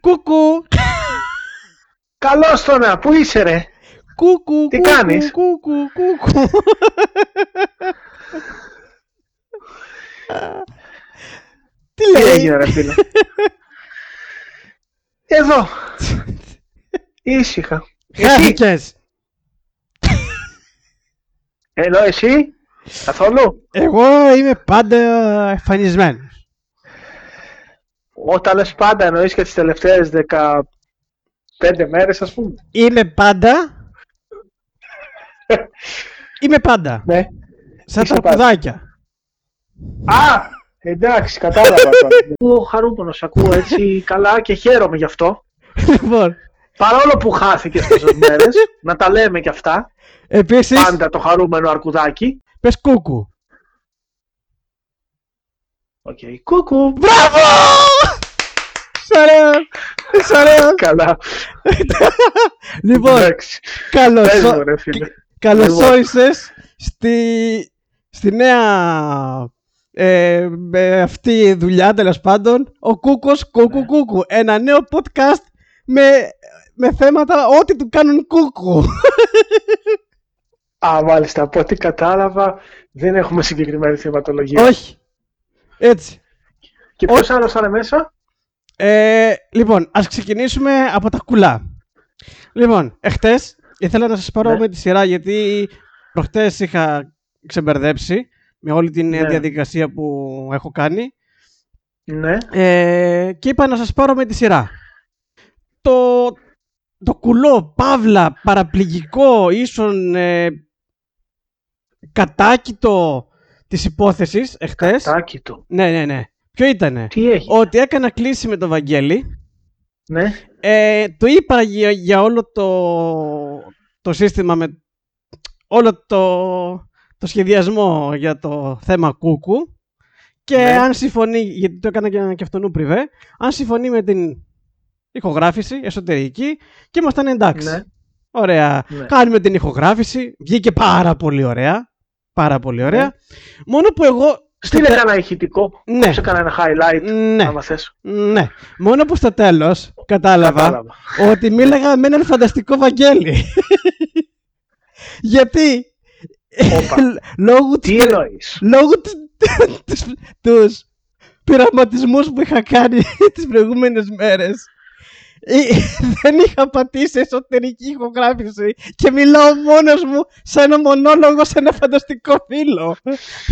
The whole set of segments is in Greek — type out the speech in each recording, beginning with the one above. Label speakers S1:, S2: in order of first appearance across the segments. S1: Κούκου!
S2: Καλώς τώρα, πού είσαι ρε.
S1: Κούκου!
S2: Τι
S1: κούκου,
S2: κάνεις?
S1: Κούκου, κούκου. Τι
S2: Τι
S1: λέει.
S2: έγινε ρε φίλε. Εδώ. Ήσυχα. Εσύ.
S1: Χάθηκες.
S2: Ενώ εσύ. Καθόλου.
S1: Εγώ είμαι πάντα εμφανισμένος.
S2: Όταν λες πάντα εννοείς και τις τελευταίες 15 μέρες ας πούμε.
S1: Είμαι πάντα. Είμαι πάντα.
S2: Ναι.
S1: Σαν
S2: Είσαι
S1: τα
S2: πάντα.
S1: κουδάκια.
S2: Α! Εντάξει, κατάλαβα τώρα. Ακούω χαρούμενος, ακούω έτσι καλά και χαίρομαι γι' αυτό.
S1: Λοιπόν,
S2: Παρόλο που χάθηκε αυτές τις μέρες, να τα λέμε κι αυτά.
S1: επίσης,
S2: Πάντα το χαρούμενο αρκουδάκι.
S1: πες κούκου.
S2: Οκ, κούκου.
S1: Μπράβο! Σ' αρέω! Σ' αρέω!
S2: Καλά.
S1: Λοιπόν,
S2: Εντάξει.
S1: καλώς,
S2: Πες μου, ρε φίλε.
S1: καλώς
S2: Λοιπόν.
S1: όρισες στη, στη νέα ε, ε, αυτή δουλειά τέλος πάντων ο Κούκος
S2: Ναι.
S1: Κούκου Κούκου ένα νέο podcast με, με θέματα ό,τι του κάνουν Κούκου
S2: Α, μάλιστα. Από ό,τι κατάλαβα, δεν έχουμε συγκεκριμένη θεματολογία.
S1: όχι έτσι
S2: Και
S1: όχι.
S2: ποιο άλλο θα είναι μέσα.
S1: Ε, λοιπόν, ας ξεκινήσουμε από τα κουλά. Λοιπόν, εχθές ήθελα να σας πάρω
S2: Ναι.
S1: με τη σειρά γιατί προχτές είχα ξεμπερδέψει με όλη την ε,
S2: Ναι.
S1: διαδικασία που έχω κάνει
S2: Ναι.
S1: ε, και είπα να σας πάρω με τη σειρά. Το, το κουλό, παύλα, παραπληγικό, ίσον ε, κατάκητο της υπόθεσης εχθές.
S2: Τάκι του.
S1: Ναι, ναι, ναι. Ποιο ήτανε.
S2: Τι έχει.
S1: Ότι έκανα κλίση με τον Βαγγέλη
S2: Ναι.
S1: ε, το είπα για, για όλο το, το σύστημα με όλο το, το σχεδιασμό για το θέμα κούκου και
S2: Ναι.
S1: αν συμφωνεί, γιατί το έκανα και, και αυτόν πριβέ, αν συμφωνεί με την ηχογράφηση εσωτερική και ήμασταν εντάξει.
S2: Ναι.
S1: Ωραία.
S2: Ναι.
S1: Κάνουμε την ηχογράφηση, βγήκε πάρα πολύ ωραία. Πάρα πολύ ωραία.
S2: Ναι.
S1: Μόνο που εγώ...
S2: Στείλε κανένα ηχητικό.
S1: Ναι.
S2: Κόψε κανένα highlight.
S1: Ναι,
S2: Άμα θες.
S1: ναι. Μόνο που στο τέλος κατάλαβα
S2: Κατάλαβα.
S1: ότι μίλαγα με έναν φανταστικό Βαγγέλη. Γιατί
S2: Όπα.
S1: λόγω,
S2: Τι
S1: του-
S2: εννοείς.
S1: λόγω του- τους, τους πειραματισμούς που είχα κάνει τις προηγούμενες μέρες ε, δεν είχα πατήσει εσωτερική ηχογράφηση και μιλάω μόνος μου σαν ένα μονόλογο σε ένα φανταστικό φίλο.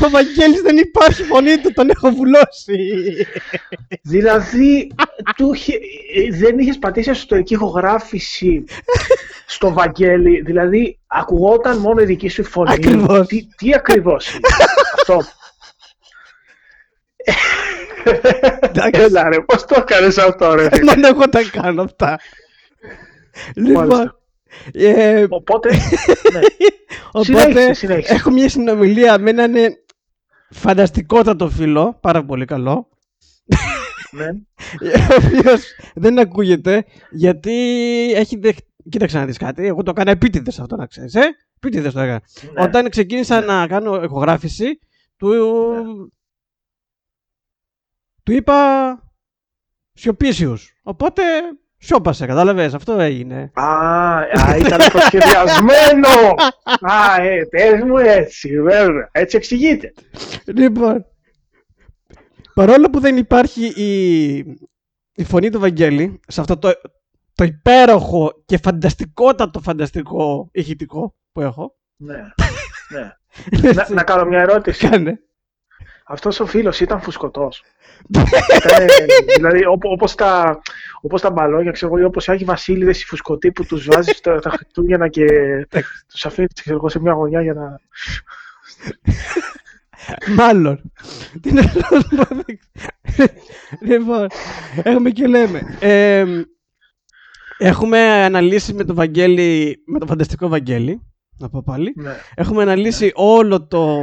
S1: Ο Βαγγέλης δεν υπάρχει φωνή του, τον έχω βουλώσει. Ναι.
S2: Δηλαδή, του είχε- ε, δεν είχες πατήσει εσωτερική ηχογράφηση στο Βαγγέλη. Δηλαδή, ακουγόταν μόνο η δική σου φωνή.
S1: Ακριβώς.
S2: Τι, τι ακριβώς είναι αυτό.
S1: Εντάξει,
S2: Έλα ρε, πώς το έκανες αυτό ρε φίλε.
S1: μόνο Ναι, εγώ τα κάνω αυτά. Λοιπόν,
S2: Μάλιστα.
S1: ε,
S2: Οπότε, ναι.
S1: Οπότε
S2: Συνέχισε, συνέχισε.
S1: έχω μια συνομιλία με έναν ε, φανταστικότατο φίλο, πάρα πολύ καλό,
S2: ναι.
S1: ο οποίος δεν ακούγεται γιατί έχει δεχ... Κοίταξε να δεις κάτι, εγώ το έκανα επίτηδες αυτό να ξέρεις, ε? Επίτηδες το έκανα.
S2: Ναι. Ναι.
S1: Όταν ξεκίνησα να κάνω ηχογράφηση, του, του είπα σιωπήσιους. Οπότε σιώπασε, κατάλαβες, αυτό έγινε.
S2: Α, α, ήταν προσχεδιασμένο! α, ε, πες μου έτσι, βέβαια. Έτσι εξηγείται.
S1: Λοιπόν, παρόλο που δεν υπάρχει η, η φωνή του Βαγγέλη σε αυτό το, το υπέροχο και φανταστικότατο φανταστικό ηχητικό που έχω.
S2: Ναι. ναι. να, να κάνω μια ερώτηση.
S1: Κάνε.
S2: Αυτός ο φίλος ήταν φουσκωτός. Ήταν, δηλαδή, όπω όπως τα, όπως τα μπαλόνια, ξέρω εγώ, ή όπως οι Άγιοι Βασίλειδες οι φουσκωτοί που τους βάζεις τα, τα Χριστούγεννα και τους αφήνεις ξέρω εγώ, σε μια γωνιά για να...
S1: Μάλλον. Τι να λέω, Λοιπόν, έχουμε και λέμε. Ε, έχουμε αναλύσει με τον Βαγγέλη, με τον φανταστικό Βαγγέλη, να πω πάλι.
S2: Ναι.
S1: Έχουμε αναλύσει όλο το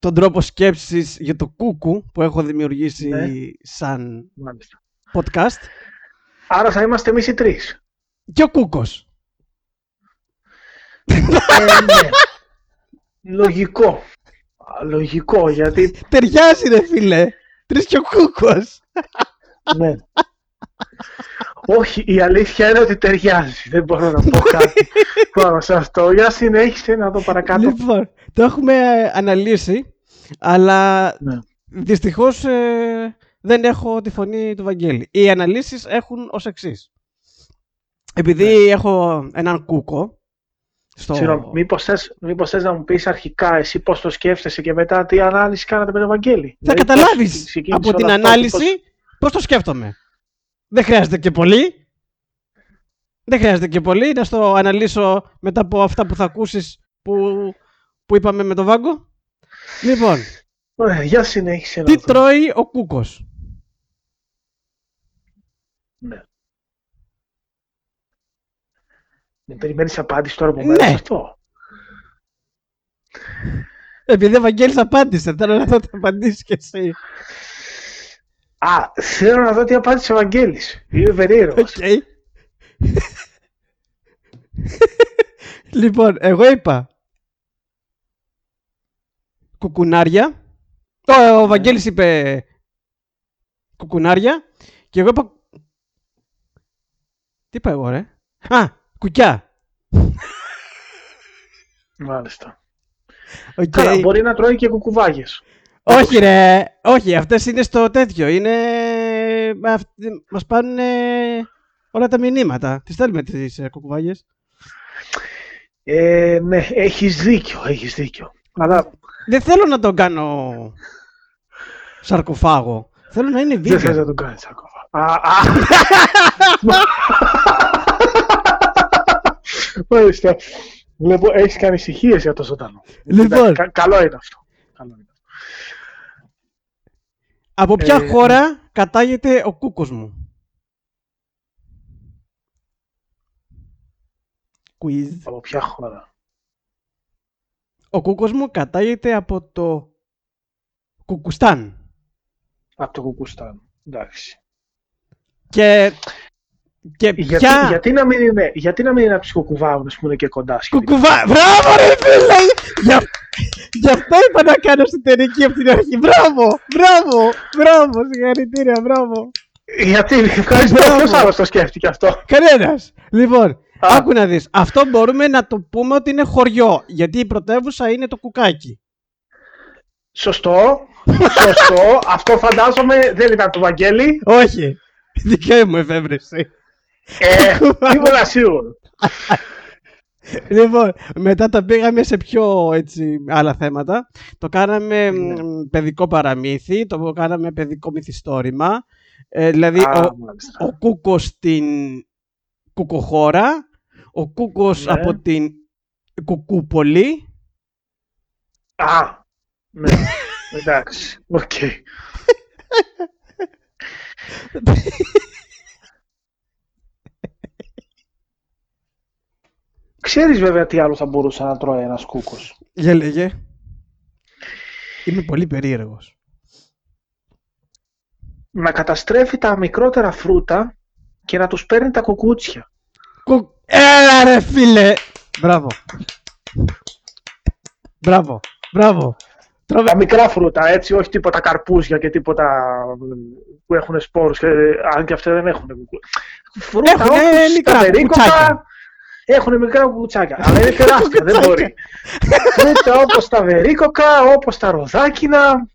S1: τον τρόπο σκέψης για το κούκου που έχω δημιουργήσει
S2: Ναι.
S1: σαν
S2: Μάλιστα.
S1: podcast
S2: Άρα θα είμαστε εμείς οι τρεις.
S1: και ο κούκος.
S2: Ε, ναι. Λογικό. Α, Λογικό, γιατί
S1: Ταιριάζει ρε φίλε, τρεις και ο κούκος.
S2: ναι. Όχι, η αλήθεια είναι ότι ταιριάζει. Δεν μπορώ να πω κάτι πάνω σε αυτό. Για συνέχισε να δω παρακάτω.
S1: Λοιπόν, το έχουμε ε, αναλύσει, αλλά
S2: Ναι.
S1: δυστυχώς ε, δεν έχω τη φωνή του Βαγγέλη. Οι αναλύσεις έχουν ως εξής. Επειδή
S2: Ναι.
S1: έχω έναν κούκο στο...
S2: Συγγνώμη, μήπως θες, μήπως θες να μου πεις αρχικά εσύ πώς το σκέφτεσαι και μετά τι ανάλυση κάνατε με τον Βαγγέλη.
S1: Θα
S2: Δηλαδή, πώς
S1: καταλάβεις
S2: ξεκίνησε
S1: από
S2: όλο
S1: την
S2: αυτό,
S1: ανάλυση
S2: πώς-
S1: πώς το σκέφτομαι. Δεν χρειάζεται και πολύ. Δεν χρειάζεται και πολύ να στο αναλύσω μετά από αυτά που θα ακούσεις που, που είπαμε με τον Βάγκο. Λοιπόν,
S2: Ωραία, για συνέχισε. να
S1: τι
S2: δω.
S1: τρώει ο κούκος.
S2: Ναι. Δεν περιμένεις απάντηση τώρα που μου
S1: Ναι.
S2: έδωσε αυτό.
S1: Επειδή ο Βαγγέλης απάντησε, θέλω να το απαντήσεις κι εσύ.
S2: Α, θέλω να δω τι απάντησε ο Βαγγέλης. Είμαι
S1: Οκ.
S2: περίεργος.
S1: λοιπόν, εγώ είπα κουκουνάρια. Ναι. Ο, ο Βαγγέλης είπε κουκουνάρια και εγώ είπα... Τι είπα εγώ ρε? Α, κουκιά.
S2: Μάλιστα.
S1: Οκ.
S2: Καλά, μπορεί να τρώει και κουκουβάγες.
S1: Όχι ρε, όχι, αυτές είναι στο τέτοιο, είναι... αυτ- Μας πάνε όλα τα μηνύματα. Τις θέλουμε τις ε, κουκουβάγες.
S2: Ε, ναι, έχεις δίκιο, έχεις δίκιο. Αλλά
S1: Δεν θέλω να τον κάνω σαρκοφάγο. Θέλω να είναι
S2: δεν θες
S1: vegan.
S2: να τον κάνεις ακόμα. Α, α. Μάλιστα. Βλέπω, έχεις κάνει ησυχίες για το ζωντανό.
S1: λοιπόν,
S2: Εντάξει, κα- καλό είναι αυτό. Καλό είναι.
S1: από ποια
S2: ε,
S1: χώρα κατάγεται ο κούκος μου. Quiz.
S2: Από ποια χώρα.
S1: Ο κούκος μου κατάγεται από το Κουκουστάν.
S2: Από το Κουκουστάν. Εντάξει.
S1: Και, και
S2: Γιατί,
S1: ποια...
S2: γιατί, να μην είναι, γιατί να μην είναι ψυχοκουβάουνες που είναι και κοντά σχετικά.
S1: Κουκουβά... Μπράβο ρε φίλε! Γι' Γι' αυτό είπα να κάνω εσωτερική από την αρχή. Μπράβο! Μπράβο! Μπράβο! Συγχαρητήρια! Μπράβο!
S2: Γιατί, ευχαριστώ.
S1: Μπράβο.
S2: Ποιος άλλος το σκέφτηκε αυτό.
S1: Κανένας. Λοιπόν,
S2: Α.
S1: άκου να δεις. Αυτό μπορούμε να το πούμε ότι είναι χωριό. Γιατί η πρωτεύουσα είναι το κουκάκι.
S2: Σωστό. Σωστό. αυτό φαντάζομαι δεν ήταν του Βαγγέλη.
S1: Όχι. Δικαίη μου εφεύρεση.
S2: Ε, ήμουν σίγουρο.
S1: λοιπόν, μετά τα πήγαμε σε πιο έτσι, άλλα θέματα. Το κάναμε μ,
S2: Ναι.
S1: παιδικό παραμύθι, το κάναμε παιδικό μυθιστόρημα. Ε, δηλαδή,
S2: Α,
S1: ο,
S2: μάλιστα.
S1: ο κούκος στην κουκοχώρα, ο κούκος
S2: Ναι.
S1: από την κουκούπολη,
S2: Α, ναι. Εντάξει. Οκ. Ξέρεις βέβαια τι άλλο θα μπορούσε να τρώει ένας κούκος.
S1: Για λέγε. Είμαι πολύ περίεργος.
S2: Να καταστρέφει τα μικρότερα φρούτα και να τους παίρνει τα κουκούτσια.
S1: Κου... Έλα ρε φίλε! Μπράβο. Μπράβο. Μπράβο. Τρώμε...
S2: Τα μικρά φρούτα, έτσι, όχι τίποτα καρπούζια και τίποτα που έχουν σπόρους, και, αν και αυτά δεν έχουν κουκούτσια. Φρούτα
S1: Έχουνε
S2: όπως
S1: μικρά
S2: τα περίκοπα,
S1: κουκουτσάκια.
S2: Έχουν μικρά κουκουτσάκια, αλλά είναι τεράστια, δεν μπορεί. Φρούτα όπως τα βερίκοκα, όπως τα ροδάκινα.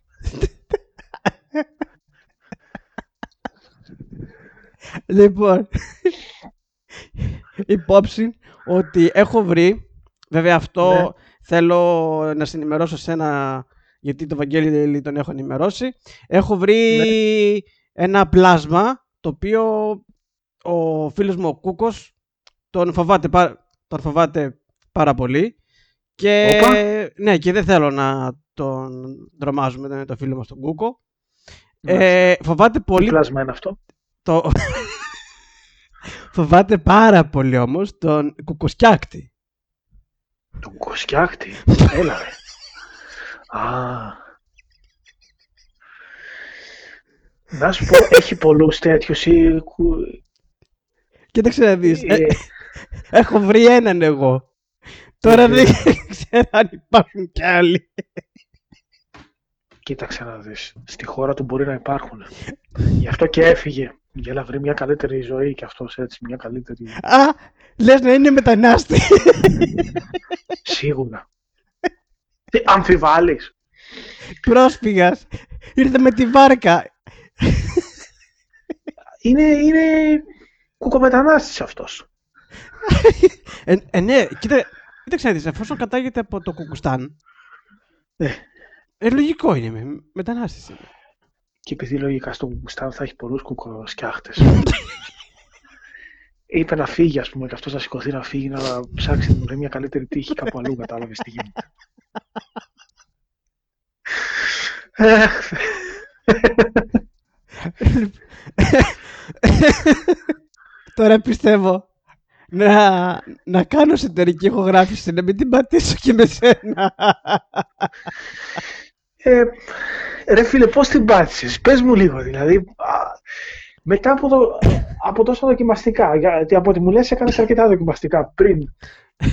S1: Λοιπόν, υπόψη ότι έχω βρει, βέβαια αυτό
S2: Ναι.
S1: θέλω να σε ενημερώσω σένα, γιατί το Βαγγέλη τον έχω ενημερώσει, έχω βρει
S2: Ναι.
S1: ένα πλάσμα το οποίο ο φίλος μου ο Κούκος τον φοβάται, πα- τον φοβάται πάρα πολύ και,
S2: Όπα.
S1: ναι, και δεν θέλω να τον τρομάζουμε τον, τον φίλο μας τον Κούκο.
S2: Ναι.
S1: Ε, φοβάται
S2: Τι
S1: πολύ
S2: πλάσμα είναι αυτό.
S1: το... Φοβάται πάρα πολύ όμως τον κουκουσκιάκτη.
S2: Τον κοσκιάκτη. Έλα ρε. Α. Να σου πω, έχει πολλούς τέτοιους ή... κου-
S1: Κοίταξε να δεις. ε,
S2: ε,
S1: έχω βρει έναν εγώ. Τώρα δεν ξέρω αν υπάρχουν κι άλλοι.
S2: Κοίταξε να δεις. Στη χώρα του μπορεί να υπάρχουν. Γι' αυτό και έφυγε. Για να βρει μια καλύτερη ζωή κι αυτός έτσι, μια καλύτερη.
S1: Α, λες να είναι μετανάστη.
S2: Σίγουρα. Τι αμφιβάλλεις.
S1: Πρόσφυγας. Ήρθε με τη βάρκα.
S2: Είναι, είναι κουκομετανάστης αυτός.
S1: Ε, ε, ναι, κοίτα, κοίταξε να δεις, εφόσον κατάγεται από το Κουκουστάν,
S2: Ε.
S1: ε, λογικό είναι, με- μετανάστης είναι.
S2: Και επειδή λογικά στον Κουκουστάν θα έχει πολλούς κουκοσκιάχτες. Είπε να φύγει, ας πούμε, και αυτός να σηκωθεί να φύγει, να ψάξει να βρει μια καλύτερη τύχη κάπου αλλού. Κατάλαβες τι γίνεται. Ε,
S1: Τώρα πιστεύω να, να κάνω εσωτερική ηχογράφηση, να μην την πατήσω και με σένα.
S2: Ε, ρε φίλε, πώς την πάτησες, πες μου λίγο δηλαδή. α, μετά από, το, από τόσα δοκιμαστικά, γιατί από ό,τι μου λες έκανες αρκετά δοκιμαστικά πριν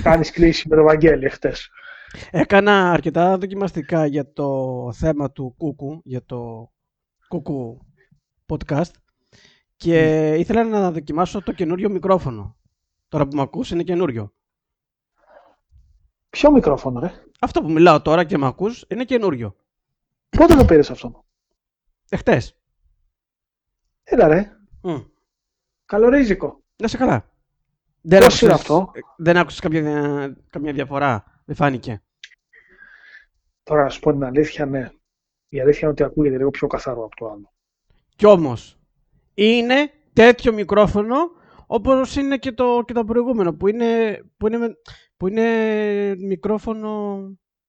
S2: κάνεις κλίση με τον Βαγγέλη χτες.
S1: Έκανα αρκετά δοκιμαστικά για το θέμα του Κούκου, για το Κούκου podcast και ήθελα να δοκιμάσω το καινούριο μικρόφωνο. Τώρα που με ακούς είναι καινούριο.
S2: Ποιο μικρόφωνο ρε,
S1: Αυτό που μιλάω τώρα και με ακούς είναι καινούριο.
S2: πότε το πήρες αυτό.
S1: Εχθές.
S2: Έλα ρε,
S1: Μμ.
S2: καλορίζικο.
S1: Να σε καλά. Δεν
S2: Πώς είναι αυτό?
S1: Δεν άκουσες κάποια, δια- καμία διαφορά. Δεν φάνηκε.
S2: Τώρα να σου πω την αλήθεια, ναι. Η αλήθεια είναι ότι ακούγεται λίγο πιο καθαρό από το άλλο.
S1: Κι όμως είναι τέτοιο μικρόφωνο όπως είναι και το, και το προηγούμενο που είναι, που, είναι, με- που είναι μικρόφωνο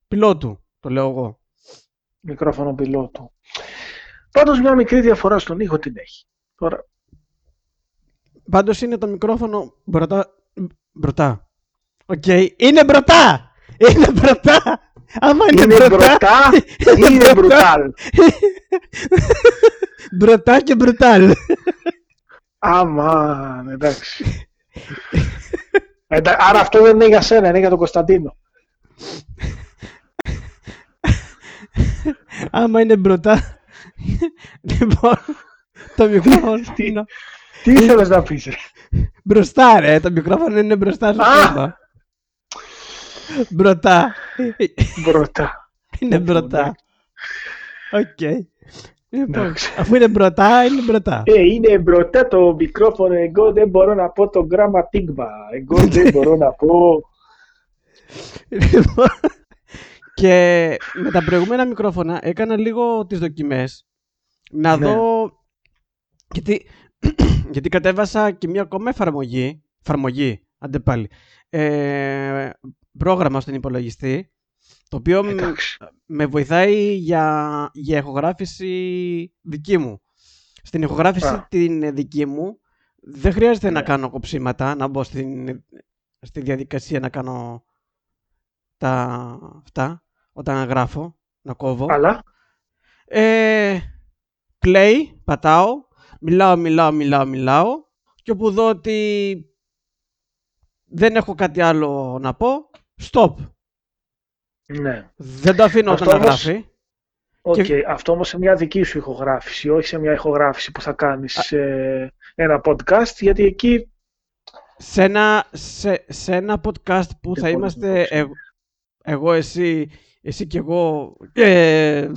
S1: πιλότου, το λέω εγώ.
S2: Μικρόφωνο πιλότου. Πάντως μια μικρή διαφορά στον ήχο την έχει. Τώρα,
S1: Πάντως είναι το μικρόφωνο μπροστά. Μπροστά. Οκ. Είναι μπροστά! Είναι μπροστά! Άμα είναι,
S2: είναι μπρουτά,
S1: μπροστά,
S2: είναι
S1: μπρουτά.
S2: μπρουτάλ.
S1: μπροστά και μπρουτάλ.
S2: Αμάν, εντάξει. Εντα- Άρα αυτό δεν είναι για σένα, είναι για τον Κωνσταντίνο.
S1: Άμα είναι μπροστά. λοιπόν, το μικρόφωνο.
S2: Τι ήθελες να πεις, ρε.
S1: Μπροστά ρε, το μικρόφωνο είναι μπροστά στο
S2: Α!
S1: σώμα. Μπροστά.
S2: Ε, Μπροστά.
S1: Είναι
S2: Ωπου,
S1: μπροστά. Οκ. Λοιπόν,
S2: Εντάξει.
S1: αφού είναι μπροστά, είναι μπροστά.
S2: Ε, είναι μπροστά το μικρόφωνο, εγώ δεν μπορώ να πω το γράμμα τίγμα. Εγώ δεν μπορώ να πω... Ε.
S1: Λοιπόν, Και με τα προηγούμενα μικρόφωνα έκανα λίγο τις δοκιμές να
S2: Ναι.
S1: δω γιατί, γιατί κατέβασα και μια ακόμα εφαρμογή εφαρμογή, άντε πάλι ε, πρόγραμμα στον υπολογιστή το οποίο με-
S2: Εντάξει.
S1: με βοηθάει για, για ηχογράφηση δική μου. Στην ηχογράφηση
S2: Α.
S1: την ε, δική μου δεν χρειάζεται να
S2: Ναι.
S1: κάνω κοψίματα, να μπω στην, στη διαδικασία να κάνω τα αυτά όταν γράφω, να κόβω.
S2: Αλλά,
S1: Ε, play, πατάω, μιλάω, μιλάω, μιλάω, μιλάω και όπου δω ότι δεν έχω κάτι άλλο να πω, stop.
S2: ναι.
S1: Δεν το αφήνω
S2: Αυτό
S1: όταν να
S2: όμως-
S1: γράφει.
S2: Οκ,
S1: Και-
S2: αυτό όμως σε μια δική σου ηχογράφηση, όχι σε μια ηχογράφηση που θα κάνεις σε ένα podcast, γιατί εκεί
S1: σε ένα, σε, σε ένα podcast που
S2: Δεν μπορείς
S1: θα
S2: να το
S1: είμαστε
S2: πεις.
S1: εγ- εγώ, εσύ, εσύ και εγώ. Ε,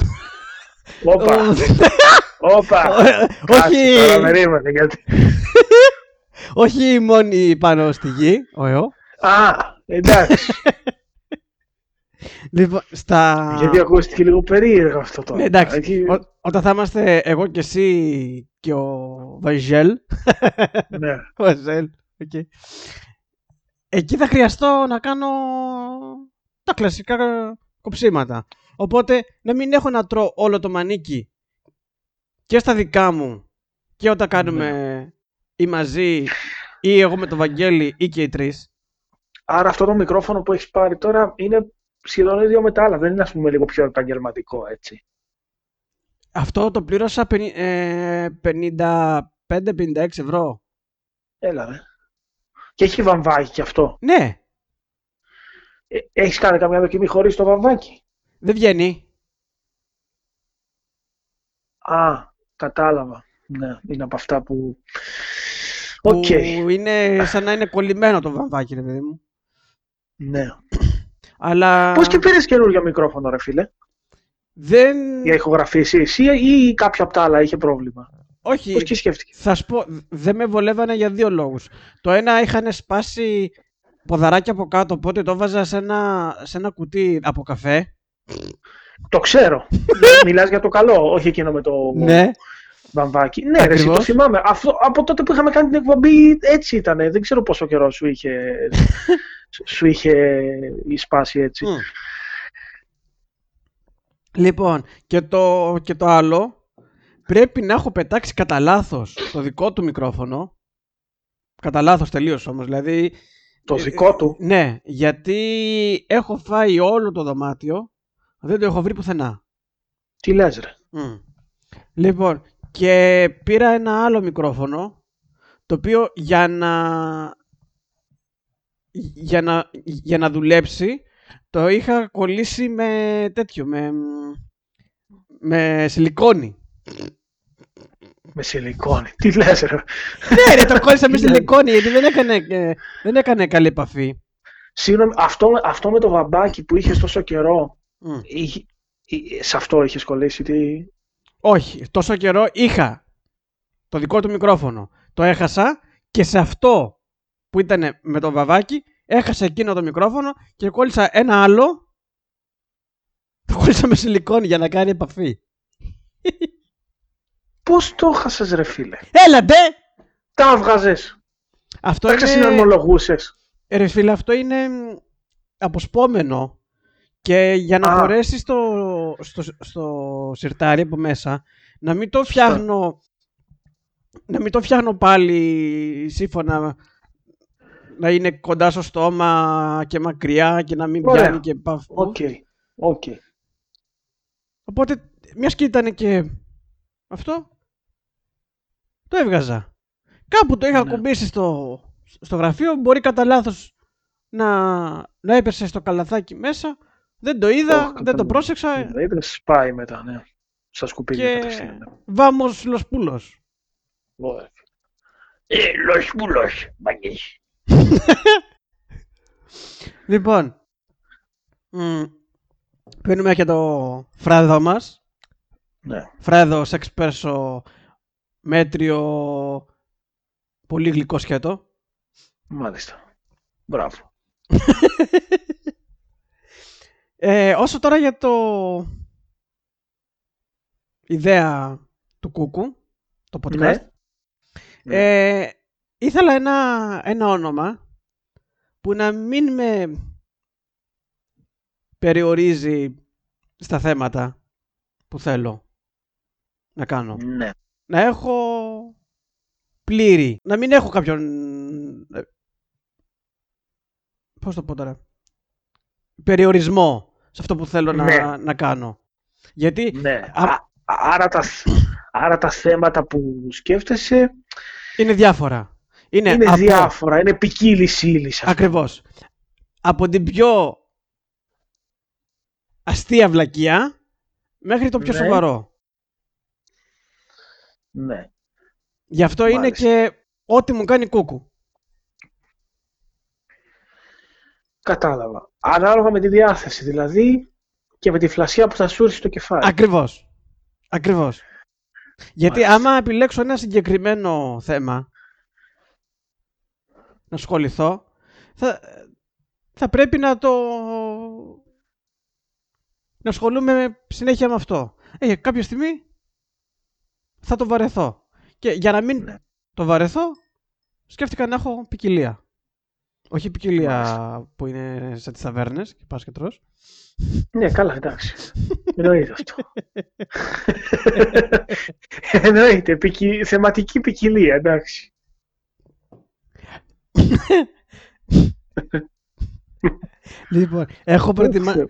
S2: Όπα!
S1: ο-
S2: Όπα!
S1: όχι,
S2: Κάτσε τώρα, περίμενε, γιατί...
S1: όχι μόνοι πάνω στη γη. ωραίο.
S2: Α, εντάξει.
S1: Λοιπόν, στα...
S2: Γιατί ακούστηκε λίγο περίεργο αυτό τώρα.
S1: Ναι, εντάξει.
S2: Εκεί-
S1: Ό, όταν θα είμαστε εγώ και εσύ και ο Βαζέλ.
S2: ναι.
S1: ο Βαζέλ, οκ. Εκεί θα χρειαστώ να κάνω τα κλασικά κοψίματα. Οπότε να μην έχω να τρώω όλο το μανίκι και στα δικά μου και όταν κάνουμε
S2: Ναι.
S1: ή μαζί ή εγώ με τον Βαγγέλη ή και οι τρεις.
S2: Άρα αυτό το μικρόφωνο που έχεις πάρει τώρα είναι σχεδόν ίδιο με τα άλλα. Δεν είναι, ας πούμε, λίγο πιο επαγγελματικό έτσι.
S1: Αυτό το πλήρωσα 50, ε, 55-56 ευρώ.
S2: Έλα, ρε. Και έχει βαμβάκι κι αυτό.
S1: Ναι,
S2: Ε, έχεις κάνει καμιά δοκιμή χωρίς το βαμβάκι.
S1: δεν βγαίνει.
S2: Α, κατάλαβα. Ναι, είναι από αυτά που.
S1: Που
S2: Οκ.
S1: είναι σαν να είναι κολλημένο το βαμβάκι, ρε παιδί μου.
S2: Ναι.
S1: Αλλά
S2: Πώς και πήρες καινούργιο μικρόφωνο, ρε φίλε,
S1: δεν...
S2: για ηχογραφήσεις εσύ ή κάποιο από τα άλλα είχε πρόβλημα.
S1: Όχι,
S2: Πώς και σκέφτηκε.
S1: θα σου πω, δεν με βολεύανε για δύο λόγους. Το ένα είχαν σπάσει ποδαράκι από κάτω, οπότε το βάζα σε ένα, σε ένα κουτί από καφέ.
S2: Το ξέρω. Μιλάς για το καλό, όχι εκείνο με το
S1: Ναι.
S2: βαμβάκι. Ναι, ρε, εσύ
S1: Ακριβώς.
S2: το θυμάμαι. Αυτό, από τότε που είχαμε κάνει την εκπομπή, έτσι ήταν. Δεν ξέρω πόσο καιρό σου είχε, σου είχε σπάσει έτσι.
S1: Μμ. Λοιπόν, και το, και το άλλο, πρέπει να έχω πετάξει κατά λάθος το δικό του μικρόφωνο. Κατά λάθος τελείως όμως. Δηλαδή,
S2: Το
S1: Ε,
S2: δικό του.
S1: ναι, γιατί έχω φάει όλο το δωμάτιο, δεν το έχω βρει πουθενά.
S2: Τι λες, ρε.
S1: Μμ. Λοιπόν, και πήρα ένα άλλο μικρόφωνο, το οποίο για να, για να, για να δουλέψει, το είχα κολλήσει με τέτοιο, με, με σιλικόνη.
S2: Με σιλικόνη. Τι λες, ρε.
S1: ναι, ρε, το κόλλησα με σιλικόνη, γιατί δεν έκανε, ε, δεν έκανε καλή επαφή.
S2: Συγγνώμη, αυτό, αυτό με το βαμπάκι που είχες τόσο καιρό.
S1: Μμ.
S2: είχε- ε, σε αυτό είχες κολλήσει. Τι...
S1: Όχι, τόσο καιρό είχα το δικό του μικρόφωνο. Το έχασα και σε αυτό που ήταν με τον βαβάκι, έχασα εκείνο το μικρόφωνο και κόλλησα ένα άλλο. Το κόλλησα με σιλικόνη για να κάνει επαφή.
S2: Πώς το χάσε, ρε φίλε.
S1: Έλα ντε!
S2: Τα έβγαζε.
S1: Αυτό
S2: Τα
S1: είναι...
S2: ξεσυναρμολογούσες.
S1: Ε, Ρε φίλε, αυτό είναι μ, αποσπόμενο. Και για να
S2: Α.
S1: χωρέσεις στο, στο, στο σιρτάρι από μέσα, να μην το φτιάχνω, να μην το φτιάχνω πάλι σύμφωνα να είναι κοντά στο στόμα και μακριά και να μην
S2: Ωραία.
S1: πιάνει και παφ.
S2: Οκ. Οκ.
S1: Ε. Οπότε, μιας και ήταν και αυτό, το έβγαζα. Κάπου το είχα
S2: Ναι.
S1: κουμπίσει στο, στο γραφείο, μπορεί κατά λάθος να, να έπεσε στο καλαθάκι μέσα. Δεν το είδα,
S2: Ωχ,
S1: δεν το
S2: κατάλαβα.
S1: πρόσεξα.
S2: Ναι, Είδε, πάει μετά, ναι. Στα σκουπίδια
S1: Και-
S2: κατευθείαν. ναι.
S1: Βάμος λοσπούλος.
S2: Ωραία. Ε, λος μου λος, μαγκής.
S1: Λοιπόν, μ, παίρνουμε και το φράδο μας.
S2: Ναι.
S1: Φράδο σεξπέρσο μέτριο πολύ γλυκό σκέτο.
S2: Μάλιστα. Μπράβο.
S1: Ε, όσο τώρα για το ιδέα του Κούκου, το podcast,
S2: Ναι.
S1: ε, ήθελα ένα, ένα όνομα που να μην με περιορίζει στα θέματα που θέλω να κάνω.
S2: Ναι.
S1: Να έχω πλήρη, να μην έχω κάποιον... ε, Πώς το πω τώρα... Περιορισμό σε αυτό που θέλω
S2: Ναι.
S1: να, να κάνω. Γιατί
S2: ναι.
S1: Α-
S2: Α- άρα, τα, θ- άρα τα θέματα που σκέφτεσαι
S1: Είναι διάφορα. Είναι,
S2: είναι
S1: από...
S2: διάφορα, είναι ποικίλης ύλης.
S1: Ακριβώς. Από την πιο αστεία βλακεία μέχρι το πιο
S2: Ναι.
S1: σοβαρό.
S2: Ναι.
S1: Γι' αυτό είναι
S2: Μάλιστα.
S1: και ό,τι μου κάνει κούκου.
S2: Κατάλαβα. Ανάλογα με τη διάθεση δηλαδή και με τη φλασιά που θα σου έρθει στο κεφάλι.
S1: Ακριβώς. Ακριβώς. Γιατί
S2: Μάλιστα.
S1: άμα επιλέξω ένα συγκεκριμένο θέμα να ασχοληθώ, θα, θα πρέπει να το... να ασχολούμαι συνέχεια με αυτό. Ε, κάποια στιγμή θα το βαρεθώ. Και για να μην
S2: Ναι.
S1: το βαρεθώ, σκέφτηκα να έχω ποικιλία. Όχι ποικιλία
S2: Μάλιστα.
S1: που είναι σε τις ταβέρνες και πας και τρως.
S2: Ναι, καλά, εντάξει. Εννοείται αυτό. Εννοείται. ποικι- Θεματική ποικιλία, εντάξει.
S1: Λοιπόν, έχω προετοιμάσει...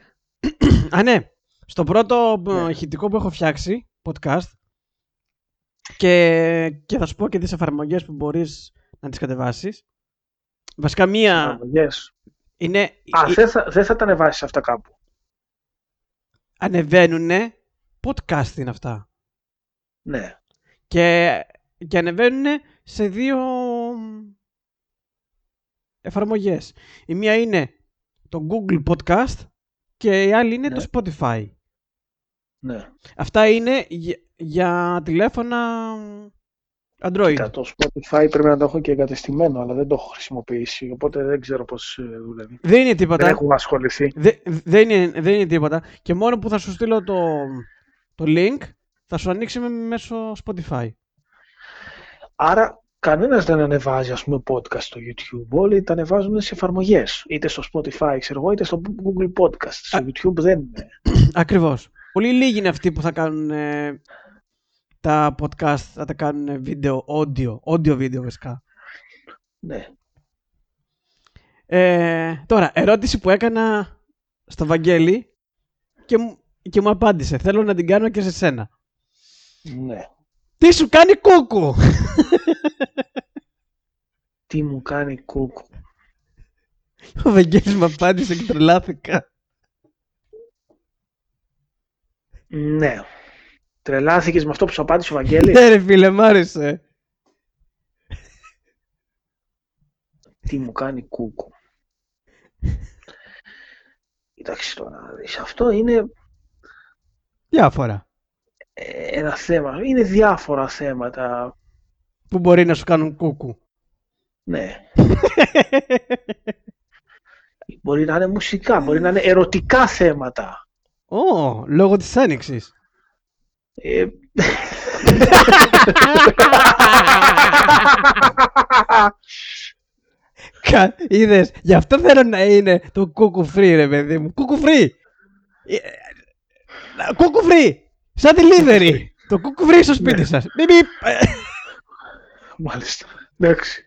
S1: Α, ναι. Στο πρώτο ε,
S2: Ναι.
S1: ηχητικό που έχω φτιάξει, podcast, και, και θα σου πω και τις εφαρμογές που μπορείς να τις κατεβάσεις. Βασικά μία
S2: Εφαρμογές.
S1: είναι...
S2: Α,
S1: οι-
S2: δεν θα, δεν θα τα ανεβάσεις αυτά κάπου.
S1: Ανεβαίνουνε podcast είναι αυτά.
S2: Ναι.
S1: Και, και ανεβαίνουν σε δύο εφαρμογές. Η μία είναι το Google Podcast και η άλλη είναι
S2: Ναι.
S1: το Spotify.
S2: Ναι.
S1: Αυτά είναι για, για τηλέφωνα Android.
S2: Κοίτα, το Spotify πρέπει να το έχω και εγκατεστημένο, αλλά δεν το έχω χρησιμοποιήσει, οπότε δεν ξέρω πώς ε, δουλεύει.
S1: Δεν είναι τίποτα.
S2: Δεν έχουν ασχοληθεί.
S1: Δε- δεν, είναι, δεν είναι τίποτα. Και μόνο που θα σου στείλω το, το link, θα σου ανοίξει με- μέσω Spotify.
S2: Άρα κανένας δεν ανεβάζει ας πούμε podcast στο YouTube. Όλοι τα ανεβάζουν σε εφαρμογές. Είτε στο Spotify, ξέρω εγώ, είτε στο Google Podcast. Στο
S1: Α.
S2: YouTube δεν.
S1: Ακριβώς. Πολύ λίγοι είναι αυτοί που θα κάνουν ε, τα podcast, θα τα κάνουν βίντεο, audio, audio βίντεο βασικά.
S2: Ναι.
S1: Ε, τώρα, ερώτηση που έκανα στο Βαγγέλη και, μου- και μου απάντησε. Θέλω να την κάνω και σε σένα.
S2: ναι.
S1: Τι σου κάνει κούκου!
S2: Τι μου κάνει κούκου.
S1: Ο Βαγγέλης μου απάντησε και τρελάθηκα.
S2: Ναι. Τρελάθηκες με αυτό που σου απάντησε ο Βαγγέλης.
S1: Ναι ρε φίλε, μ' άρεσε.
S2: Τι μου κάνει κούκου. Κοιτάξτε τώρα να δεις. Αυτό είναι
S1: Διάφορα.
S2: ε, ένα θέμα. Είναι διάφορα θέματα.
S1: Που μπορεί να σου κάνουν κούκου.
S2: Ναι. Μπορεί να είναι μουσικά, μπορεί να είναι ερωτικά θέματα.
S1: Ω, λόγω της άνοιξης.
S2: Ε,
S1: Κα, είδες, γι' αυτό θέλω να είναι το κούκου free ρε παιδί μου. Κούκου free. Ε, ε, Κούκου free. Σαν delivery. το κούκου free στο σπίτι
S2: Ναι.
S1: σας. Μη ε, μη.
S2: Μάλιστα. Εντάξει.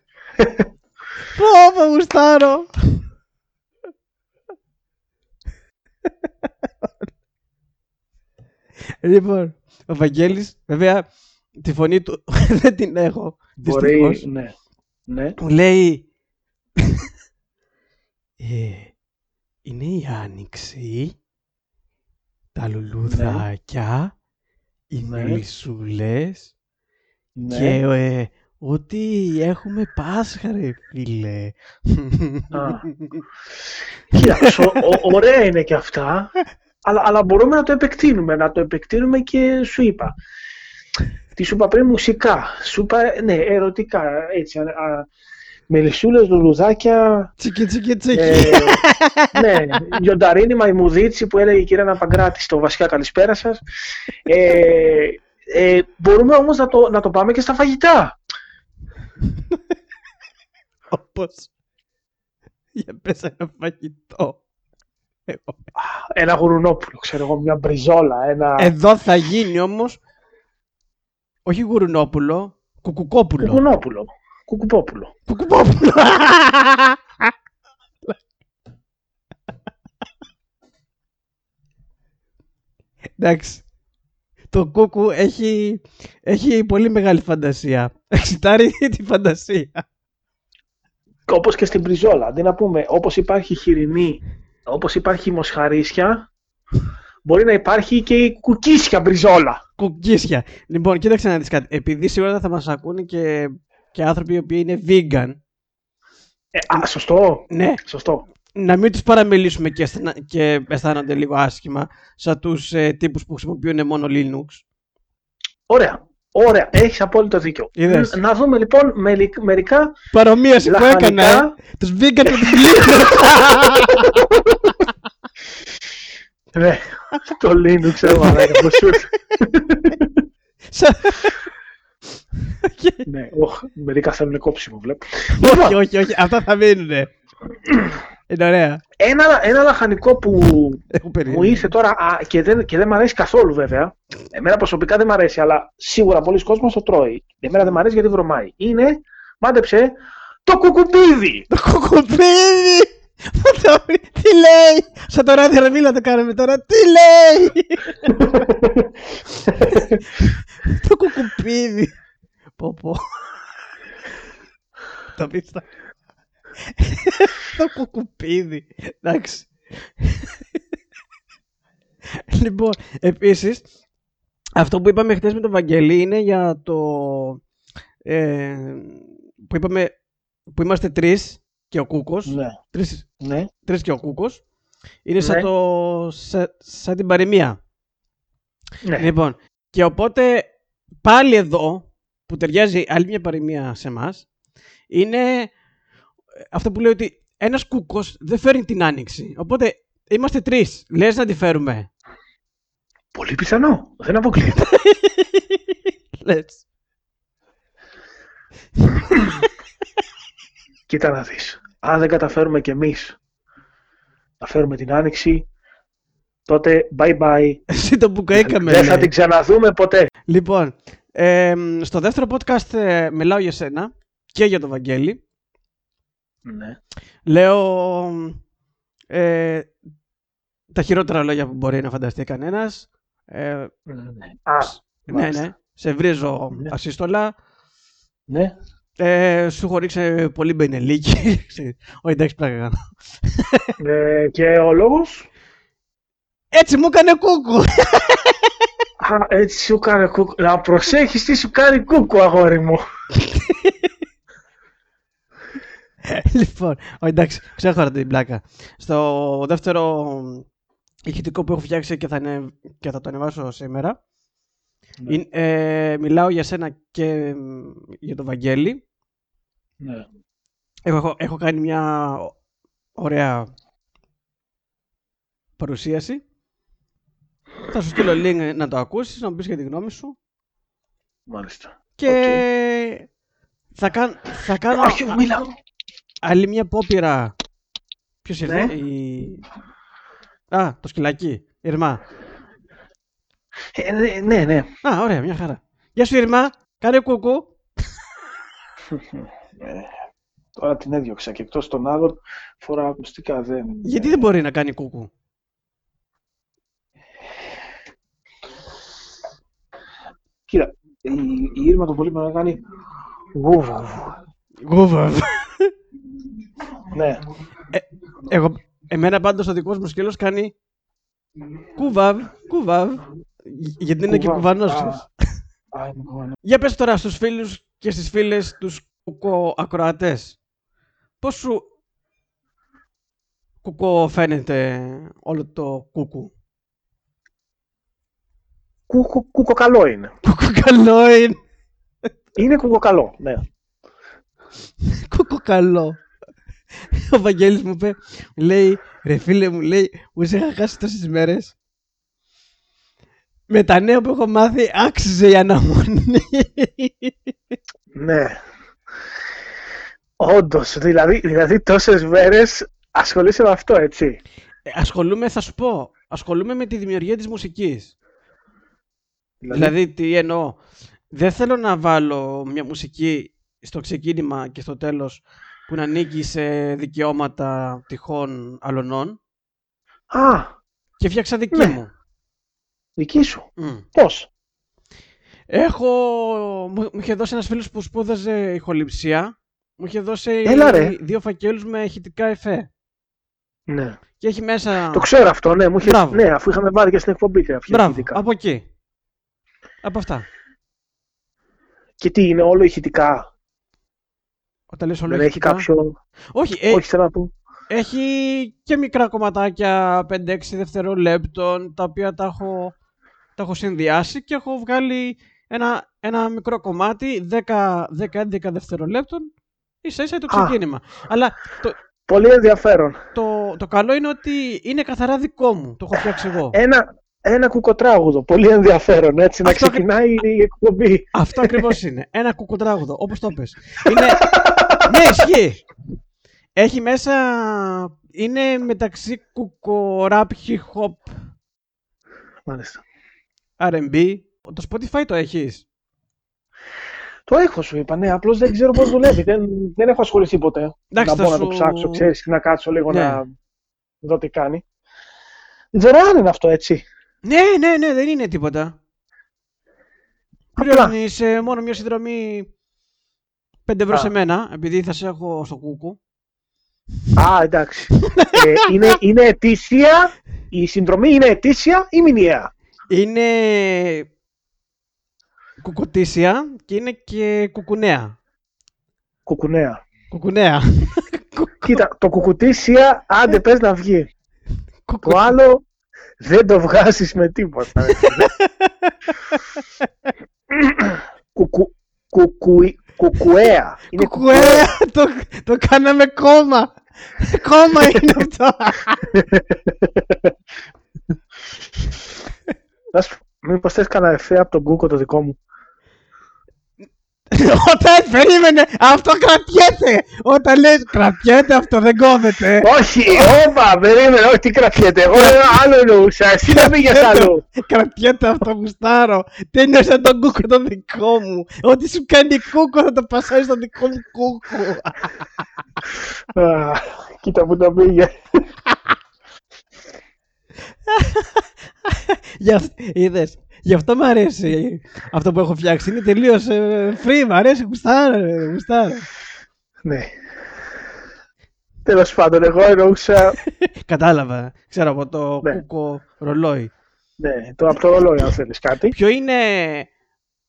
S1: Πω, πω, γουστάρω. λοιπόν, ο Βαγγέλης, βέβαια, τη φωνή του δεν την έχω.
S2: Μπορεί.
S1: δυστυχώς.
S2: Ναι. ναι.
S1: Μου λέει. ε, είναι η άνοιξη. Τα λουλουδάκια. Οι
S2: Ναι.
S1: μελισσούλες.
S2: ναι.
S1: Και ε, ότι έχουμε Πάσχα, ρε φίλε.
S2: Α. Κοίταξε, ο- ο- ωραία είναι και αυτά, αλλά, αλλά μπορούμε να το επεκτείνουμε. Να το επεκτείνουμε και σου είπα. Τι σου είπα πριν, μουσικά. Σου είπα, ναι, ερωτικά. Έτσι. α- α, Μελισσούλες, λουλουδάκια.
S1: τσίκι, τσίκι, τσίκι.
S2: ε, ναι, Λιονταρίνη Μαϊμουδίτσι που έλεγε η κυρία Ναπαγκράτη στο βασικά καλησπέρα σας. Ε, ε, μπορούμε όμως να το, να το πάμε και στα φαγητά.
S1: Όπως... Για πες ένα φαγητό. Ε, Εγώ-
S2: Ένα γουρουνόπουλο, ξέρω εγώ, μια μπριζόλα, ένα
S1: Εδώ θα γίνει όμως... Όχι γουρουνόπουλο, κουκουκόπουλο.
S2: κουκουνόπουλο, κουκουπόπουλο.
S1: Κουκουπόπουλο. Εντάξει. Το κούκου έχει, έχει πολύ μεγάλη φαντασία. Εξητάρει τη φαντασία.
S2: Όπως και στην μπριζόλα, αντί να πούμε όπως υπάρχει χοιρινή, όπως υπάρχει η μοσχαρίσια, μπορεί να υπάρχει και η κουκίσια μπριζόλα.
S1: Κουκίσια. Λοιπόν, κοίταξε να δεις κάτι. Επειδή σήμερα θα μας ακούνε και, και άνθρωποι οι οποίοι είναι vegan,
S2: Ε, α, σωστό,
S1: ναι,
S2: σωστό.
S1: να μην τους παραμελήσουμε και, αισθανα- και αισθάνονται λίγο άσχημα σαν τους ε, τύπους που χρησιμοποιούν μόνο Linux.
S2: Ωραία, ωραία, έχεις απόλυτο δίκιο.
S1: Είδες.
S2: Να δούμε λοιπόν μελικ- μερικά
S1: Παρομοίαση που έκανα. ε.
S2: λαχανικά,
S1: Τους vegan με τους Linux.
S2: Ναι, το Linux, ξέρω μαλάκα, πώς σου ήρθε.
S1: Σαν-
S2: Ναι, οχ, μερικά θέλουν κόψιμο, βλέπω. Λοιπόν,
S1: όχι, όχι, όχι. Αυτά θα μείνουν. Είναι ωραία.
S2: Ένα, ένα λαχανικό που
S1: Έχω
S2: μου
S1: περίεργη.
S2: ήρθε τώρα α, και, δεν, και δεν μ' αρέσει καθόλου βέβαια. Εμένα προσωπικά δεν μ' αρέσει, αλλά σίγουρα πολλοί κόσμος το τρώει. Εμένα δεν μ' αρέσει γιατί βρωμάει. Είναι, μάντεψε, το κουκουπίδι.
S1: Το κουκουπίδι! Πού το βρει- Τι λέει! Σαν το ράδιο ρε μίλα το κάναμε τώρα. Τι λέει! Το κουκουπίδι! Πω πω. Το πίστα. Το κουκουπίδι. Εντάξει. Λοιπόν, επίσης, αυτό που είπαμε χθες με τον Βαγγελή είναι για το... Ε, που είπαμε που είμαστε τρεις και ο Κούκος.
S2: Ναι.
S1: Τρεις,
S2: ναι.
S1: τρεις και ο Κούκος. Είναι σαν,
S2: Ναι.
S1: το, σαν, σαν την παροιμία.
S2: ναι.
S1: Λοιπόν, και οπότε πάλι εδώ που ταιριάζει άλλη μια παροιμία σε εμάς είναι αυτό που λέει ότι ένας κούκος δεν φέρνει την άνοιξη. Οπότε είμαστε τρεις. Λες να τη φέρουμε.
S2: Πολύ πιθανό. Δεν αποκλείεται.
S1: Λες.
S2: Κοίτα να δεις. Αν δεν καταφέρουμε κι εμείς να φέρουμε την άνοιξη, τότε bye bye.
S1: Εσύ το μπουκαίκαμε.
S2: Δεν
S1: λέει.
S2: θα την ξαναδούμε ποτέ.
S1: Λοιπόν, εμ, στο δεύτερο podcast ε, μιλάω για σένα και για τον Βαγγέλη.
S2: Ναι.
S1: Λέω ε, τα χειρότερα λόγια που μπορεί να φανταστεί κανένας. Ε,
S2: Α,
S1: ναι,
S2: μάλιστα.
S1: ναι. Σε βρίζω
S2: Ναι.
S1: ασύστολα.
S2: ναι.
S1: Ε, σου χωρίξε πολύ μπενελίκι. Ξέρεις. Όχι, εντάξει, πλάκα κάνω.
S2: Ε, και ο λόγος.
S1: Έτσι μου έκανε κούκου.
S2: Α, έτσι σου κάνει κούκου. Να προσέχεις τι σου κάνει κούκου, αγόρι μου.
S1: λοιπόν, όχι, εντάξει, ξέχωρα την πλάκα. Στο δεύτερο ηχητικό που έχω φτιάξει και θα, ανε- και θα το ανεβάσω σήμερα,
S2: Ναι.
S1: είναι- ε, μιλάω για σένα και ε, για τον Βαγγέλη.
S2: Ναι.
S1: Έχω, έχω, έχω κάνει μια ωραία παρουσίαση. Θα σου στείλω link να το ακούσεις, να μου πεις και τη γνώμη σου.
S2: Μάλιστα.
S1: Και θα, κάν, θα κάνω
S2: Ε, Όχι, μίλα.
S1: άλλη μια απόπειρα. Ποιος ήρθε,
S2: Ναι.
S1: η... Α, το σκυλάκι. Ιρμά.
S2: Ε, ναι, ναι, ναι.
S1: Α, ωραία, μια χαρά. Γεια σου, Ιρμά. Κάνε κουκού.
S2: Ε, Τώρα την έδιωξα και εκτός των άλλων φορά ακουστικά δεν.
S1: Γιατί δεν μπορεί να κάνει κουκού.
S2: Κοίτα, η, η Ήρμα το πολύ να κάνει. Γουβ, γουβ.
S1: Γούβα.
S2: Ναι.
S1: Εγώ, εμένα πάντως ο δικός μου σκύλος κάνει κουβαβ, κουβαβ. Γ- Γιατί είναι και
S2: Κουβά-
S1: κουβανός.
S2: Α, α, είναι κουβανός.
S1: Για πες τώρα στους φίλους και στις φίλες τους κουκοακροατές. Πώς σου κουκο φαίνεται όλο το κουκου.
S2: Κούκο, κούκο καλό είναι.
S1: Κουκου καλό είναι.
S2: Είναι κούκο καλό. Ναι.
S1: Κουκου καλό. Ο Βαγγέλης μου είπε, μου λέει, ρε φίλε μου, λέει, μου σε είχα χάσει τόσες μέρες. Με τα νέα που έχω μάθει άξιζε η αναμονή.
S2: ναι. Όντως, δηλαδή, δηλαδή τόσες μέρες ασχολείσαι με αυτό, έτσι.
S1: Ε, ασχολούμαι, θα σου πω, ασχολούμαι με τη δημιουργία της μουσικής. Δηλαδή, τι εννοώ. Δεν θέλω να βάλω μια μουσική στο ξεκίνημα και στο τέλος που να ανήκει σε δικαιώματα τυχών αλωνών
S2: Α,
S1: και φτιάξα δική
S2: Ναι.
S1: μου.
S2: δική σου.
S1: Μμ.
S2: Πώς.
S1: Έχω... Μου, μου είχε δώσει ένας φίλος που σπούδαζε ηχοληψία, μου είχε δώσει
S2: Έλα, ρε.
S1: δύο φακέλους με ηχητικά εφέ.
S2: Ναι.
S1: Και έχει μέσα...
S2: Το ξέρω αυτό, ναι. Μου είχες-
S1: Μπράβο.
S2: Ναι, αφού είχαμε βάλει και στην εκπομπή και αυτή
S1: Μπράβο,
S2: ηχητικά.
S1: από εκεί. Από αυτά.
S2: Και τι είναι, όλο ηχητικά.
S1: Όταν λες όλο
S2: Δεν έχει
S1: ηχητικά.
S2: κάποιο.
S1: Όχι, ε,
S2: Όχι, θέλω να πω.
S1: Έχει και μικρά κομματάκια 5-6 δευτερολέπτων τα οποία τα έχω, τα έχω συνδυάσει και έχω βγάλει ένα, ένα μικρό κομμάτι 10-11 δευτερολέπτων ίσα ίσα το
S2: Α.
S1: ξεκίνημα. Αλλά το,
S2: Πολύ ενδιαφέρον.
S1: το, το καλό είναι ότι είναι καθαρά δικό μου, το έχω φτιάξει εγώ.
S2: Ένα, ένα κουκοτράγουδο. Πολύ ενδιαφέρον, έτσι. Να
S1: Αυτό-
S2: ξεκινάει η εκπομπή.
S1: Αυτό ακριβώς είναι. Ένα κουκοτράγουδο, όπως το πες. Είναι... ναι, ισχύει. Έχει μέσα... Είναι μεταξύ κουκοράπ, hip hop,
S2: Μάλιστα.
S1: R&B. Το Spotify το έχεις.
S2: Το έχω σου είπα, ναι. Απλώς δεν ξέρω πώς δουλεύει. Δεν, δεν έχω ασχοληθεί ποτέ.
S1: Εντάξει,
S2: να
S1: θα
S2: μπω να
S1: σου-
S2: το ψάξω, ξέρεις, να κάτσω λίγο
S1: Ναι.
S2: να δω τι κάνει. Δεν ξέρω αν είναι αυτό έτσι.
S1: Ναι, ναι, ναι, δεν είναι τίποτα.
S2: Απλά.
S1: Πληρώνεις ε, μόνο μια συνδρομή 5 ευρώ
S2: Α.
S1: σε μένα, επειδή θα σε έχω στο κούκου.
S2: Α, εντάξει. ε, είναι, είναι ετήσια. Η συνδρομή είναι ετήσια ή μηνιαία.
S1: Είναι κουκουτήσια και είναι και κουκουνέα.
S2: Κουκουνέα.
S1: Κουκουνέα.
S2: Κοίτα, το κουκουτήσια, άντε πες να βγει.
S1: Κουκου-
S2: Το άλλο δεν το βγάζεις με τίποτα. ρε. Κουκου, κουκουι- κουκουέα. Είναι
S1: Κουκουέ, το, το κάναμε κόμμα. Κόμμα είναι αυτό.
S2: Να σου πω, μήπως θες κανένα ευθέα από τον Κούκο το δικό μου.
S1: Όταν περίμενε, αυτό κρατιέται. Όταν λες κρατιέται αυτό δεν κόβεται.
S2: όχι, όπα, περίμενε, όχι, τι κρατιέται. Εγώ άλλο εννοούσα, εσύ να πήγες άλλο.
S1: Κρατιέται αυτό γουστάρω. Τέλειωσα τον κούκο το δικό μου. Ό,τι σου κάνει κούκο θα το πασάρεις στο δικό μου κούκο.
S2: Α, Κοίτα που τα πήγε.
S1: Γι' αυ- είδες. Γι' αυτό μου αρέσει αυτό που έχω φτιάξει. Είναι τελείως free, μου αρέσει, γουστάρω. ε, γουστάρω.
S2: Ναι. Τέλος πάντων, εγώ εννοούσα
S1: Κατάλαβα. Ξέρω από το
S2: Ναι.
S1: κούκο ρολόι.
S2: Ναι, το από το ρολόι αν θέλεις κάτι.
S1: Ποιο είναι.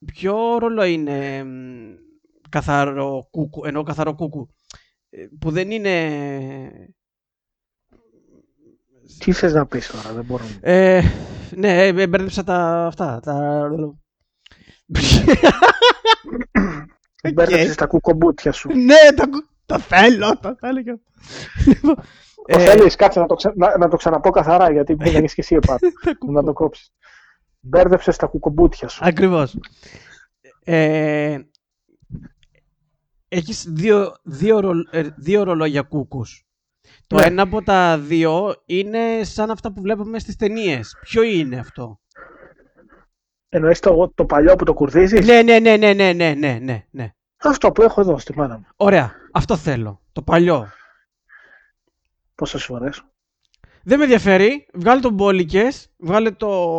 S1: Ποιο ρόλο είναι μ, καθαρό κούκου, ενώ καθαρό κούκου, ε, που δεν είναι.
S2: Τι θες να πεις τώρα, δεν μπορούμε.
S1: Ε, ναι, ε, μπέρδεψα τα αυτά. Τα...
S2: Okay. Μπέρδεψες τα κουκομπούτια σου.
S1: ναι, το, κου- το θέλω, το θέλω. και αυτό. Λοιπόν,
S2: Το θέλεις, κάτσε να το, ξα... να, να το ξαναπώ καθαρά, γιατί
S1: Ε.
S2: πήγαινες και εσύ επάνω.
S1: τα κου-
S2: να το κόψεις. Μπέρδεψες τα κουκομπούτια σου.
S1: Ακριβώς. Ε, έχεις δύο, δύο, ρο- ε, δύο ρολόγια κούκους. Το
S2: Ναι.
S1: ένα από τα δύο είναι σαν αυτά που βλέπουμε στις ταινίες. Ποιο είναι αυτό?
S2: Εννοείς το, το παλιό που το κουρδίζεις.
S1: Ναι, ναι, ναι, ναι, ναι, ναι, ναι, ναι, ναι.
S2: Αυτό που έχω εδώ στη μάνα μου.
S1: Ωραία. Αυτό θέλω. Το παλιό.
S2: Πόσες φορές.
S1: Δεν με ενδιαφέρει. Βγάλε τον Μπόλικες, βγάλε το...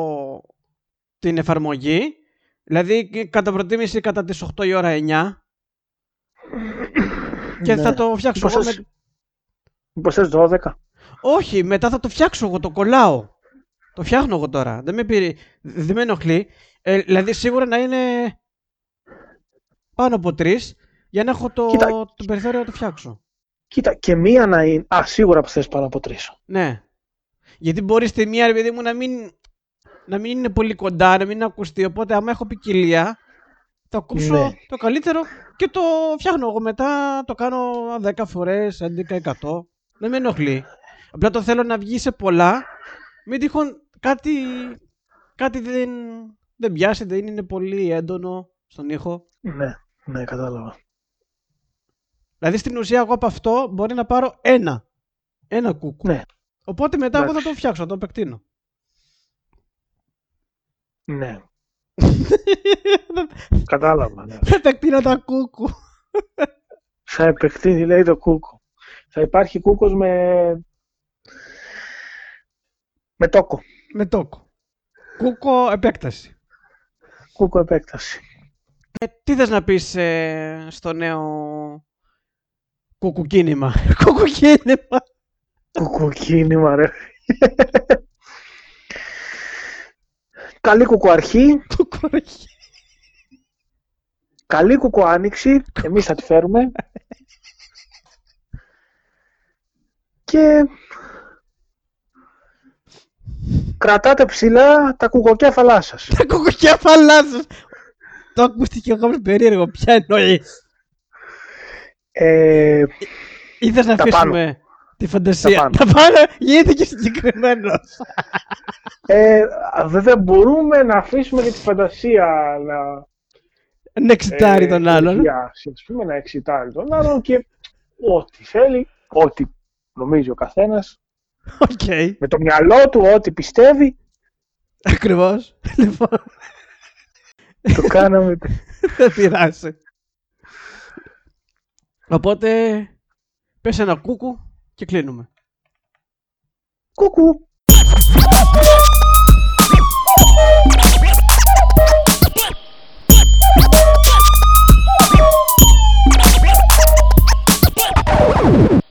S1: την εφαρμογή. Δηλαδή, κατά προτίμηση, κατά τις 8 η ώρα 9. Και
S2: Ναι.
S1: θα το φτιάξω εγώ
S2: Πόσες-
S1: με...
S2: Μήπως θες 12.
S1: Όχι, μετά θα το φτιάξω εγώ, το κολλάω. Το φτιάχνω εγώ τώρα. Δεν με, πειρι- δεν με ενοχλεί. Ε, δηλαδή σίγουρα να είναι πάνω από τρεις για να έχω το,
S2: Κοίτα.
S1: το περιθώριο να το φτιάξω.
S2: Κοίτα, και μία να είναι. Α, σίγουρα που θες πάνω από τρεις.
S1: Ναι. Γιατί μπορείς στη μία, ρε παιδί μου, να μην, να μην είναι πολύ κοντά, να μην ακουστεί. Οπότε, άμα έχω ποικιλία, θα ακούσω
S2: Ναι.
S1: το καλύτερο και το φτιάχνω εγώ μετά. Το κάνω 10 φορέ, 11, 100. Δεν με ενοχλεί. Απλά το θέλω να βγει σε πολλά. Μην τυχόν κάτι, κάτι δεν, δεν πιάσει, δεν είναι πολύ έντονο στον ήχο.
S2: Ναι, ναι, κατάλαβα.
S1: Δηλαδή στην ουσία εγώ από αυτό μπορεί να πάρω ένα. Ένα κούκου.
S2: Ναι.
S1: Οπότε μετά εγώ θα
S2: Εντάξει.
S1: το φτιάξω, θα το επεκτείνω.
S2: Ναι, κατάλαβα. Ναι.
S1: Θα τα κτίνα τα κούκου.
S2: Θα επεκτείνει, λέει το κούκο. Θα υπάρχει κούκος με. με τόκο.
S1: Με τόκο. Κούκο επέκταση.
S2: Κούκο επέκταση.
S1: Ε, τι θες να πεις ε, στο νέο κουκουκίνημα. κουκουκίνημα.
S2: Κουκοκίνημα, ρε. Καλή κουκοαρχή,
S1: Κουκουραχή.
S2: καλή κουκοάνοιξη, εμείς θα τη φέρουμε. Και κρατάτε ψηλά τα κουκοκέφαλά σας.
S1: Τα κουκουκέφαλά σας. Το ακούστηκε εγώ περίεργο. Ποια εννοείς.
S2: Ε,
S1: Ήθελες να
S2: Τα πάνω.
S1: αφήσουμε τη φαντασία.
S2: πάνω.
S1: Τα πάνω γίνεται και συγκεκριμένος.
S2: ε, βέβαια μπορούμε να αφήσουμε και τη φαντασία να Ε,
S1: Να εξητάρει τον άλλον.
S2: ευγιάσει, ας πούμε, να εξητάρει τον άλλον και ό,τι θέλει, ό,τι νομίζει ο καθένας,
S1: Οκ.
S2: με το μυαλό του, ό,τι πιστεύει,
S1: Ακριβώς. Λοιπόν,
S2: το κάναμε.
S1: δεν πειράζει. Οπότε, πες ένα κούκου και κλείνουμε.
S2: Κουκού!